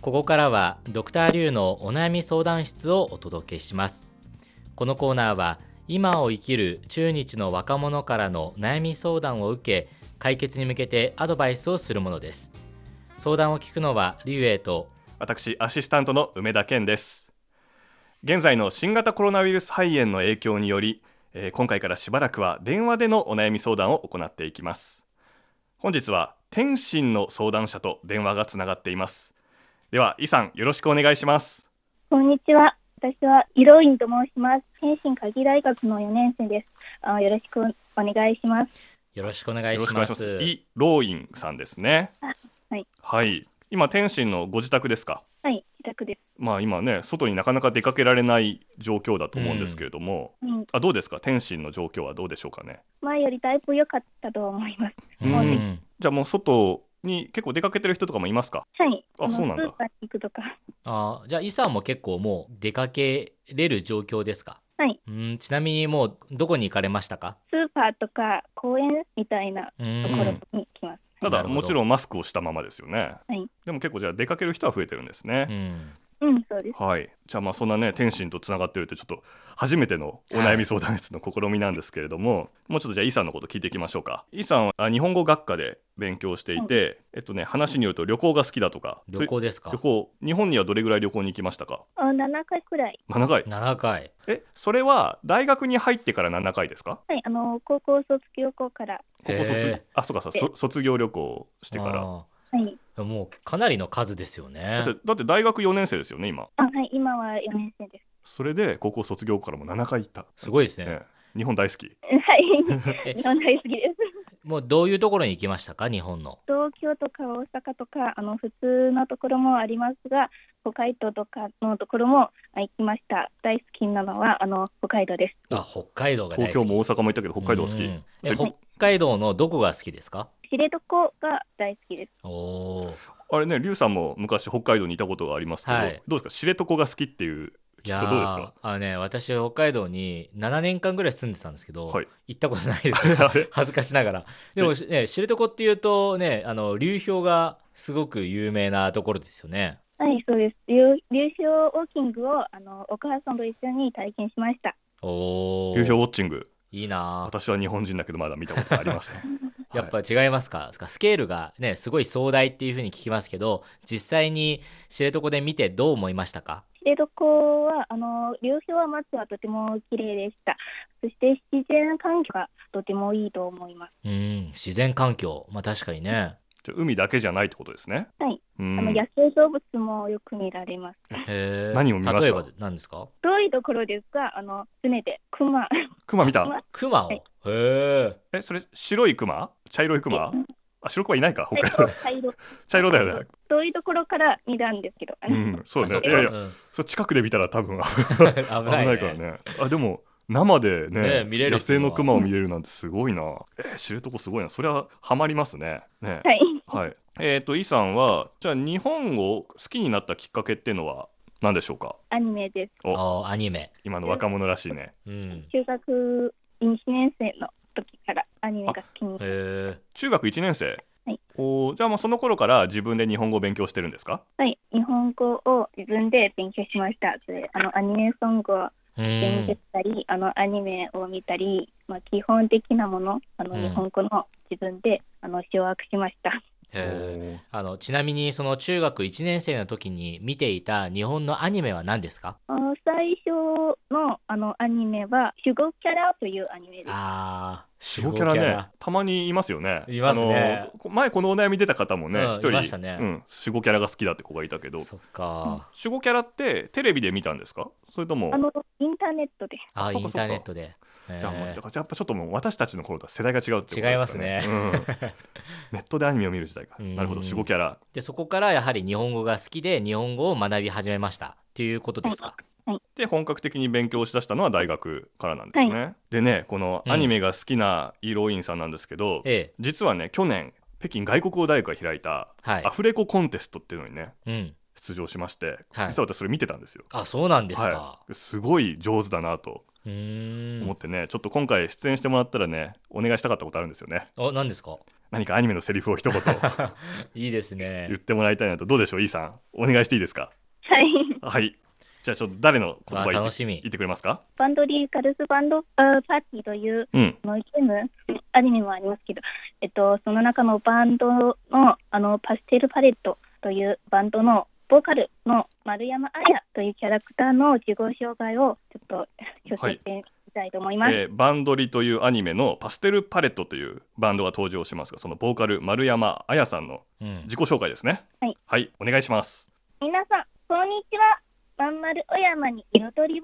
ここからはドクターリュウのお悩み相談室をお届けしますこのコーナーは今を生きる中日の若者からの悩み相談を受け解決に向けてアドバイスをするものです相談を聞くのはリュウエイと私アシスタントの梅田健です現在の新型コロナウイルス肺炎の影響により、えー今回からしばらくは電話でのお悩み相談を行っていきます本日は天津の相談者と電話がつながっていますではイさんよろしくお願いしますこんにちは。私はイロインと申します。天津科技大学の4年生です。あよろしくお願いします。よろしくお願いよろししくお願まいしますすイ・ローインさんですねはいはい今天津のご自宅ですかはい、自宅です。まあ今ね外になかなか出かけられない状況だと思うんですけれども、うん、あどうですか天津の状況はどうでしょうかね前よりだいぶ良かったと思います。うんうんじゃあもう外に結構出かけてる人とかもいますかはい。あのそうなんだスーパーに行くとか。あーじゃあイさんも結構もう出かけれる状況ですかはい。うんちなみにもうどこに行かれましたかスーパーとか公園みたいなうところんに来ます。たなだるほどもちろんマスクをしたままですよね、はいでも結構じゃあ出かける人は増えてるんですうね、んうん、そうです。はいじゃあまあそんなね天心とつながってるってちょっと初めてのお悩み相談室の試みなんですけれども、もうちょっとじゃあイさんのこと聞いていきましょうかイさんはあ日本語学科で勉強していて、えっとね話によると旅行が好きだとか旅行ですか旅行日本にはどれぐらい旅行に行きましたかあ7回くらい。 7回7回えそれは大学に入ってから7回ですかはい、あの、高校卒業後から。ここへ卒えあそうかそうそ卒業旅行をしてからあはい。ーもうかなりの数ですよねだってだって大学4年生ですよね今あはい、今は4年生です。それで高校卒業後からも7回行ったすごいですねね日本大好きはい。 え日本大好きです。もうどういうところに行きましたか日本の東京とか大阪とかあの普通のところもありますが北海道とかのところもあ行きました大好きなのはあの北海道ですあ北海道が大好東き京も大阪も行ったけど北海道好きうんえで北海道のどこが好きですか知床が大好きですおおあれね龍さんも昔北海道にいたことがありますけど、はいどうですか知床が好きっていうい聞やくとどうですかーあのね私北海道に7年間ぐらい住んでたんですけど、はい行ったことないです あれ恥ずかしながらでも、ね、知床っていうとねあの流氷がすごく有名なところですよねはいそうです流流氷ウォーキングをあのお母さんと一緒に体験しま したおお流氷ウォッチングいいな私は日本人だけどまだ見たことあり ませんあやっぱ違いますか、スケールがねすごい壮大っていうふうに聞きますけど実際に知床で見てどう思いましたか知床はあの流氷はまずはとても綺麗でしたそして自然環境がとてもいいと思いますうん自然環境まあ確かにねじゃあ海だけじゃないってことですねはい、うんあの野生動物もよく見られますへー何を見ました例えば何ですかどういうところですかあの船で熊熊見熊た熊を、はへいええそれ白い熊茶色い熊あ白熊いないか北海道茶茶色色だよね遠いところから見たんですけど、あうのんそうだあねいやいそやっ かそう近くで見たら多分うん危危な,、ないいね、からねあでも生でねね見れる野ってい生うのはの熊を見れるなんてすごいな、えー、知床すごいなそれはハマりますね ねはい、はい、えっ、とイさんはじゃあ日本を好きになったきっかけっていうのは何でしょうかアニメです。あーアニメ今の若者らしいねうん中学1年生の時からアニメが好きにへ。え中学1年生、はいおーじゃあもうその頃から自分で日本語を勉強してるんですかはい、日本語を自分で勉強しました。それあのアニメソングをう勉強んしたり、あのアニメを見たり、まあ基本的なもの、あのうん日本語の自分で、あの掌握しました。へーあのちなみにその中学1年生の時に見ていた日本のアニメは何ですかあの最初のあのアニメは守護キャラというアニメです。あーおー守守護護キャラねたまにいますよねいますねあのーこ前このお悩み出た方もねうん一人いましたねうん、守護キャラが好きだって子がいたけどそっか、守護キャラってテレビで見たんですかそれともあのインターネットでああーそイっかンそっタかーネットでへいやもうーだからやっぱちょっともう私たちの頃とは世代が違うってこと違いでますすかね ね。うんネットでアニメを見る時代か。うんなるほど、守護キャラ。でそこからやはり日本語が好きで日本語を学び始めましたっていうことですか、で本格的に勉強しだしたのは大学からなんですね。でねこのアニメが好きなイーロインさんなんですけど、ええ実はね去年北京外国語大学が開いたはいアフレココンテストっていうのにねうん出場しまして、はい実は私それ見てたんですよ。あそうなんですかは、い、すごい上手だなとうー思っんてね、ちょっと今回出演してもらったらねお願いしたかったことあるんですよね。あ何ですか何かアニメのセリフを一言いいです言っね。てもらいたいなとどうでしょうイーさんお願いしていいですかはい。はいじゃあちょっと誰の言葉わあ言っ楽てしみ言ってくれますかバンドリーガルズバンドあーパーティーといううんあのゲーム、アニメもありますけど、えっと、その中のバンドのあのパステルパレットというバンドのボーカルの丸山彩というキャラクターの自己紹介をちょっと挙手してみたいと思います。えーバンドリというアニメのパステルパレットというバンドが登場しますがそのボーカル丸山彩さんのうん自己紹介ですねはい、お願いします皆さん、こんにちは。まんまるお山に彩りを、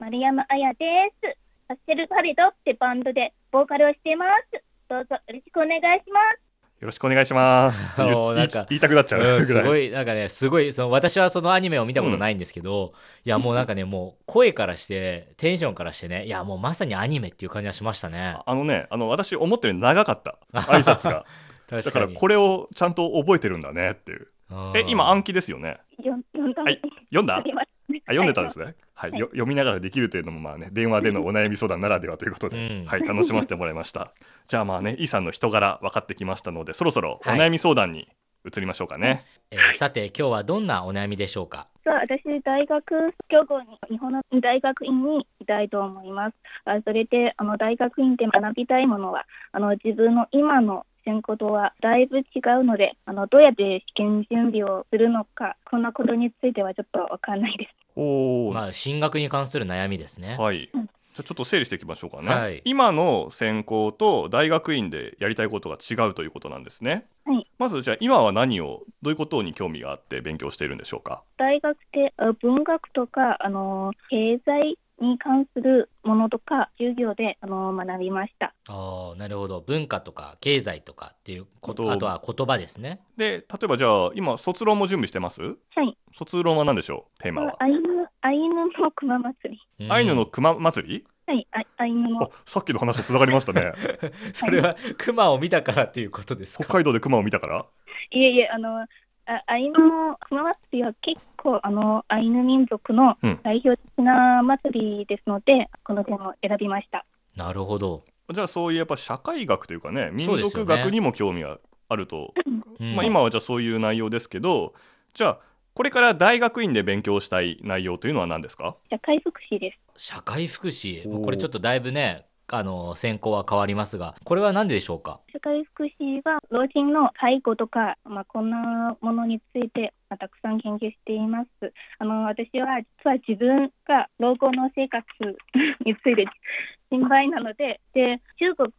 丸山彩です。パステルパレットってバンドでボーカルをしています。どうぞよろしくお願いします。よろしくお願い します言おー言ないんか言いたくなっちゃううんぐすらい、ごいなんかねすごいその私はそのアニメを見たことないんですけど、いやもうなんかねもう声からしてテンションからしてねいやもうまさにアニメっていう感じがしましたねああのねあの私思ったより長 かった挨拶がだ確かからにこれをちゃんと覚えてるんだねっていうえ今ん暗記ですよねよ読んだ。はい読んだあ読んでたんですすね、はいよ読みながらできるというのもまあね電話でのお悩み相談ならではということで、うんはい、楽しませてもらいました じゃあまあねイさんの人柄分かってきましたのでそろそろおはい悩み相談に移りましょうかね、えーさて今日はどんなお悩みでしょうか実は私、大学教後に日本の大学院にいたいと思います。あそれで、あの大学院で学びたいものは、あの自分の今の専攻とはだいぶ違うので、あのどうやって試験準備をするのか、こんなことについてはちょっとわかんないです。 おお、まあ進学に関する悩みですね、はいうんじゃあちょっと整理していきましょうかね、はい今の専攻と大学院でやりたいことが違うということなんですね、はいまずじゃあ今は何をどういうことに興味があって勉強しているんでしょうか大学であ文学とか、あの経済に関するものとか、授業であの学びました。ああなるほど文化とか経済とかっていうここととあとは言葉ですねで例えばじゃあ今卒論も準備してますはい。卒論は何でしょうテーマはアイヌ、アイヌの熊祭り。うんアイヌの熊祭り、はい、あアイヌのあさっきの話とつながり ましたね それは熊を見たからっていうことです北か海道で熊を見たからいえいえ、あの、あアイヌの熊祭りは結構、あの、アイヌ民族のうん代表的な祭りですので、この点を選びました。なるほど、じゃあそういうやっぱ社会学というかね民そうです族よね学にも興味があると、うんまあ、今はじゃあそういう内容ですけどじゃあこれから大学院で勉強したい内容というのは何ですか社会福祉です。社会福祉おーこれちょっとだいぶねあの専攻は変わりますがこれは何ででしょうか社会福祉は、老人の介護とか、まあ、こんなものについて、まあ、たくさん研究しています。あの、私は、実は自分が老後の生活について心配なので、で、中国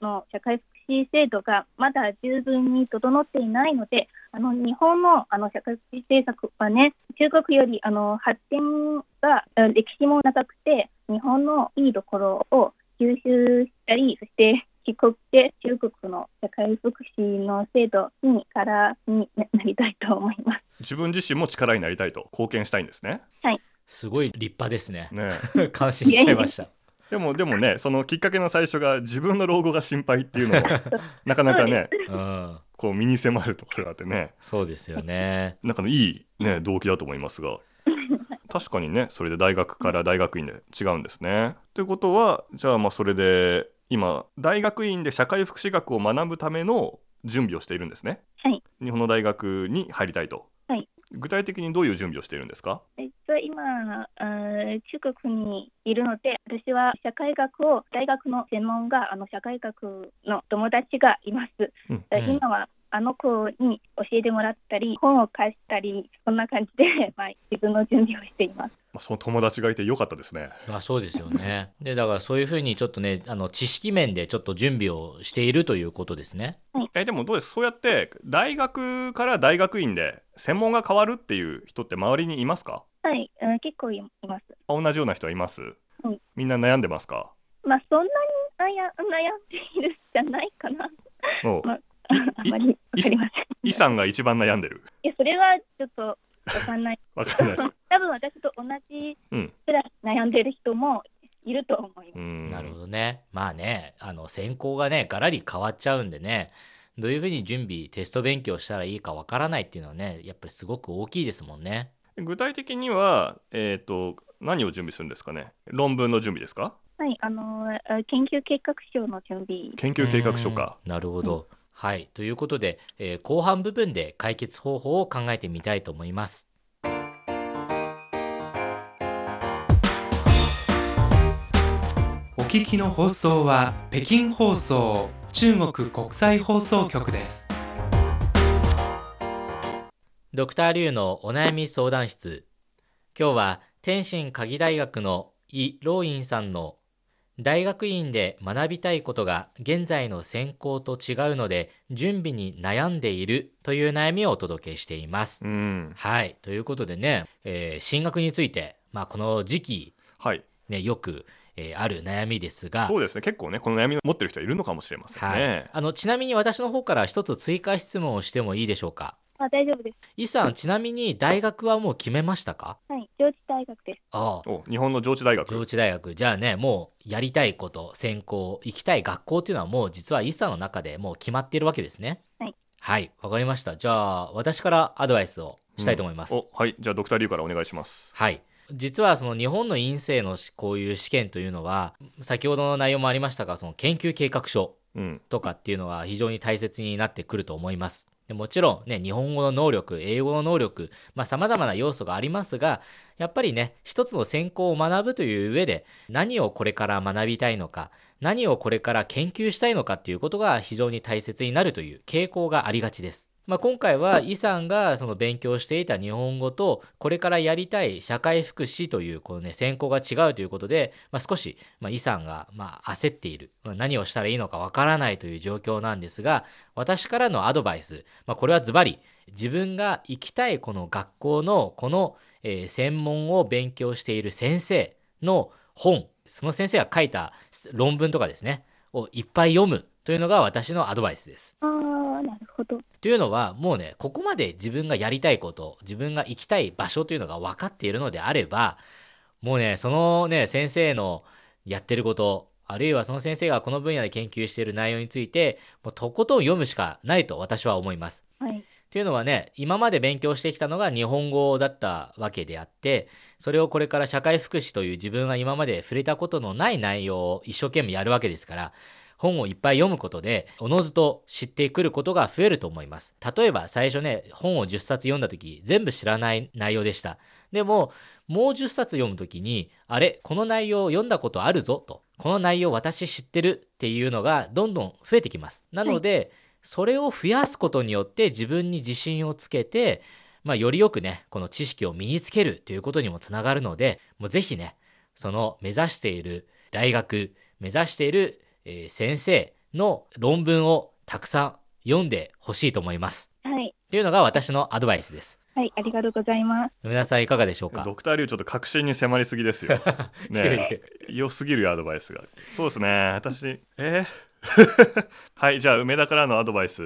の社会福祉制度がまだ十分に整っていないので、あの日本のあの社会福祉政策はね、中国よりあの発展があ歴史も長くて、日本のいいところを吸収したり、そして帰国で中国の社会福祉の制度にからにななりたいと思います。自分自身も力になりたいと貢献したいんですねすごい立派ですねね え感心しちゃいましたでもでもねそのきっかけの最初が自分の老後が心配っていう のもなかなかねうんこう身に迫るところがあってねそうですよねなんかのいい、ね、動機だと思います が確かにねそれで大学から大学院で違うんですね。ということはじゃあまあそれで今大学院で社会福祉学を学ぶための準備をしているんですね。はい日本の大学に入りたいと。はい具体的にどういう準備をしているんですか実は今、あー中国にいるので、私は社会学を、大学の専門があの社会学の友達がいます。うんうん今はあの子に教えてもらったり、本を貸したり、そんな感じで、 まあ、自分の準備をしています。まあ、その友達がいてよかったですね。あそうですよねでだからそういうふうにちょっとねあの知識面でちょっと準備をしているということですねえでもどうですそうやって大学から大学院で専門が変わるっていう人って周りにいますかはい、うん、結構います。あ同じような人はいます、うんみんな悩んでますかまあ、そんなに悩悩んでいるじゃないかな。おうまあまりわかりません。イさんが一番悩んでるいや、それはちょっとわかんない。わかんないです多分私と同じうんくらい悩んでる人もいると思います。うんなるほどねまあねあの専攻がねがらり変わっちゃうんでねどういうふうに準備テスト勉強したらいいかわからないっていうのはねやっぱりすごく大きいですもんね具体的にはえっ、と何を準備するんですかね論文の準備ですかはい、あのー、あ研究計画書の準備。研究計画書かうんなるほどはい、ということで、えー後半部分で解決方法を考えてみたいと思います。お聞きの放送は北京放送中国国際放送局です。ドクターリュウのお悩み相談室。今日は天津科技大学のイ・ローインさんの大学院で学びたいことが現在の専攻と違うので準備に悩んでいるという悩みをお届けしています。うんはい。ということでね、えー進学について、まあこの時期、はいね、よく、えーある悩みですが、そうですね結構ねこの悩みを持ってる人はいるのかもしれませんはい、ね、あのちなみに私の方から一つ追加質問をしてもいいでしょうかあ大丈夫です。イさんちなみに大学はもう決めましたかはい、上智大学です。ああお日本の上智大上学智大学じゃあねもうやりたいこと専攻行きたい学校っていうのはもう実はイさんの中でもう決まっているわけですねはいはいわかりましたじゃあ私からアドバイスをしたいと思います、おはいじゃあドクターリュウからお願いしますはい実はその日本の院生のしこういう試験というのは先ほどの内容もありましたがその研究計画書うんとかっていうのは非常に大切になってくると思います。でもちろんね、日本語の能力、英語の能力、まあ様々な要素がありますが、やっぱりね、一つの専攻を学ぶという上で、何をこれから学びたいのか、何をこれから研究したいのかっていうことが非常に大切になるという傾向がありがちです。まあ、今回はイさんがその勉強していた日本語とこれからやりたい社会福祉というこのね専攻が違うということで、まあ、少しまあイさんがまあ焦っている、まあ、何をしたらいいのかわからないという状況なんですが私からのアドバイス、まあ、これはズバリ自分が行きたいこの学校のこのえー専門を勉強している先生の本その先生が書いた論文とかですねをいっぱい読むというのが私のアドバイスです。ああ、なるほど。というのはもうねここまで自分がやりたいこと自分が行きたい場所というのが分かっているのであればもうねそのね先生のやってることあるいはその先生がこの分野で研究している内容についてもうとことん読むしかないと私は思います。はい。というのはね今まで勉強してきたのが日本語だったわけであってそれをこれから社会福祉という自分が今まで触れたことのない内容を一生懸命やるわけですから本をいっぱい読むことでおのずと知ってくることが増えると思います例えば最初ね本を10冊読んだ時全部知らない内容でしたでももう10冊読む時にあれこの内容読んだことあるぞとこの内容私知ってるっていうのがどんどん増えてきますなので、それを増やすことによって自分に自信をつけて、まあ、よりよくね、この知識を身につけるということにもつながるので、もうぜひね、その目指している大学、目指している、えー先生の論文をたくさん読んでほしいと思います。はい。というのが私のアドバイスです。はい、ありがとうございます。梅田さんいかがでしょうかドクターリュウちょっと確信に迫りす ぎですよねえ良すぎるアドバイスがそうですね私えー はいじゃあ梅田からのアドバイス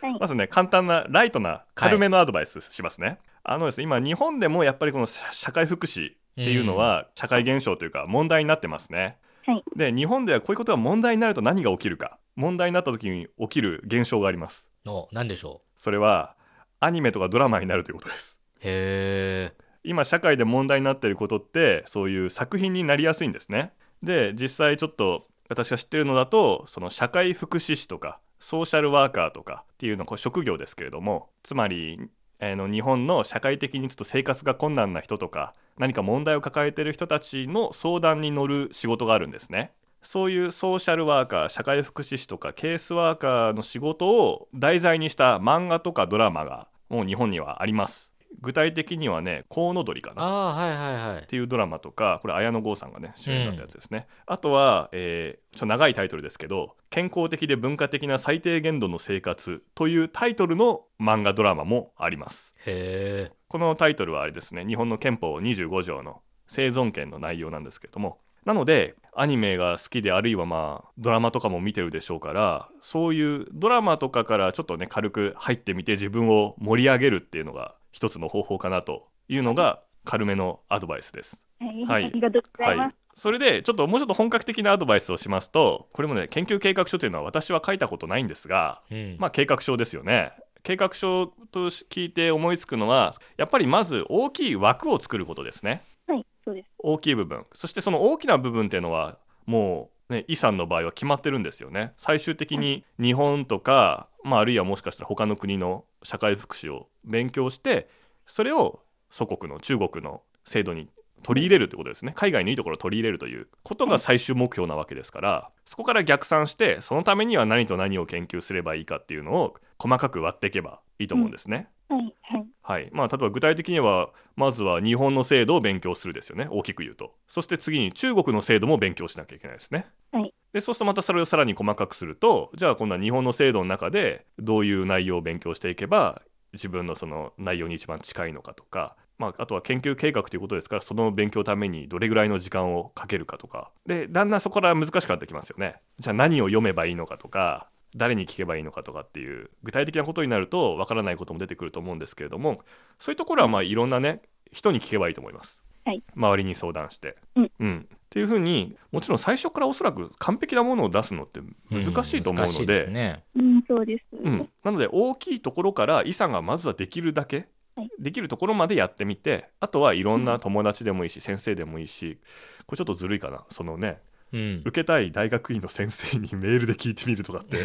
はいま。ずね簡単なライトな軽めのアドバイスしますね、あのですね今日本でもやっぱりこの社社会福祉っていうのは社会現象というか問題になってますね、はいで日本ではこういうことが問題になると何が起きるか問題になった時に起きる現象がありますの、何でしょそれはアニメとかドラマになるということですうへー。今社会で問題になっていることってそういう作品になりやすいんですねで実際ちょっと私が知ってるのだとその社会福祉士とかソーシャルワーカーとかっていうのはこれ職業ですけれどもつまりあの日本の社会的にちょっと生活が困難な人とか何か問題を抱えている人たちの相談に乗る仕事があるんですねそういうソーシャルワーカー社会福祉士とかケースワーカーの仕事を題材にした漫画とかドラマがもう日本にはあります具体的にはねコウノドリかなああー、はいはいはいっ。ていうドラマとかこれ綾野剛さんがね主演だったやつですね、あとは、えーちょっと長いタイトルですけど「健康的で文化的な最低限度の生活」というタイトルの漫画ドラマもありますへこのタイトルはあれですね日本の憲法25条の生存権の内容なんですけれどもなのでアニメが好きであるいはまあドラマとかも見てるでしょうからそういうドラマとかからちょっとね軽く入ってみて自分を盛り上げるっていうのが一つの方法かなというのが軽めのアドバイスです。はい。はいありがとうございます。それでちょっともうちょっと本格的なアドバイスをしますとこれもね研究計画書というのは私は書いたことないんですが、え。うん。まあ、計画書ですよね計画書と聞いて思いつくのはやっぱりまず大きい枠を作ることですねはい、そうです。大きい部分そしてその大きな部分っていうのはもね、イさんの場合は決まってるんですよね最終的に日本とか、まあ、あるいはもしかしたら他の国の社会福祉を勉強してそれを祖国の中国の制度に取り入れるということですね海外のいいところを取り入れるということが最終目標なわけですからそこから逆算してそのためには何と何を研究すればいいかっていうのを細かく割っていけばいいと思うんですね。はいはいはいまあ、例えば具体的にはまずは日本の制度を勉強するですよね大きく言うとそして次に中国の制度も勉強しなきゃいけないですね。はいでそうするとまたそれをさらに細かくするとじゃあ今度は日本の制度の中でどういう内容を勉強していけば自分のその内容に一番近いのかとか、まあ、あとは研究計画ということですからその勉強のためにどれぐらいの時間をかけるかとかでだんだんそこから難しくなってきますよね。じゃあ何を読めばいいのかとか誰に聞けばいいのかとかっていう具体的なことになるとわからないことも出てくると思うんですけれどもそういうところはまあいろんなね人に聞けばいいと思います。はい周りに相談して、うんっていうふうにもちろん最初からおそらく完璧なものを出すのって難しいと思う難しのいで,、すねうん、そうです。うん、なので大きいところからイさんがまずはできるだけ、はいできるところまでやってみてあとはいろんな友達でもいいし、先生でもいいしこれちょっとずるいかなそのねうん、受けたい大学院の先生にメールで聞いてみるとかって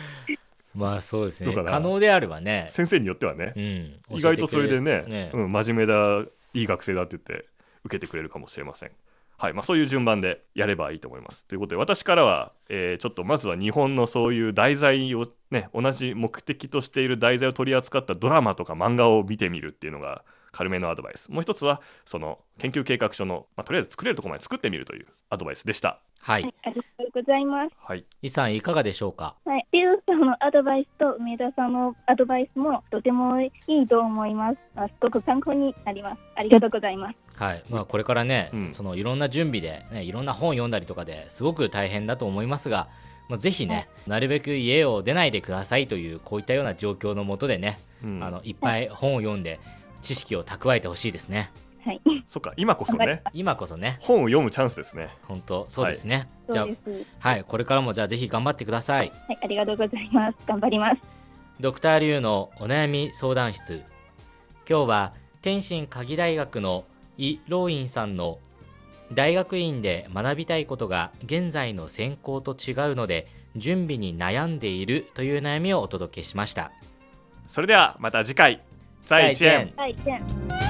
まあそうですどねうかな可能であればね、先生によってはねうん、 意外とそれで教えねてくれるうん、真面目だいい学生だって言って受けてくれるかもしれません。はいまあ、そういう順番でやればいいと思います。ということで私からは、えーちょっとまずは日本のそういう題材をね同じ目的としている題材を取り扱ったドラマとか漫画を見てみるっていうのが軽めのアドバイスもう一つはその研究計画書の、まあ、とりあえず作れるところまで作ってみるというアドバイスでした。ははいい、ありがとうございます。はい、イさんいかがでしょうかはい、リュウさんのアドバイスと梅田さんのアドバイスもとてもいいと思います。あすごく参考になります。ありがとうございます。はいまあ、これからね、うんそのいろんな準備で、ね、いろんな本読んだりとかですごく大変だと思いますが、まあ、ぜひね、なるべく家を出ないでくださいというこういったような状況のもとでね、うん、あのいっぱい本を読んで知識を蓄えてほしいですねはい、そっか今こそ頑張りね今こそね本を読むチャンスですね。本当そうですね、じゃそうあです。はいこれからもじゃあぜひ頑張ってくださいはい、ありがとうございます。頑張ります。ドクターリュウのお悩み相談室今日は天津科技大学のイ・ローインさんの大学院で学びたいことが現在の専攻と違うので準備に悩んでいるという悩みをお届けしました。それではまた次回在再一円见はい、じゃあ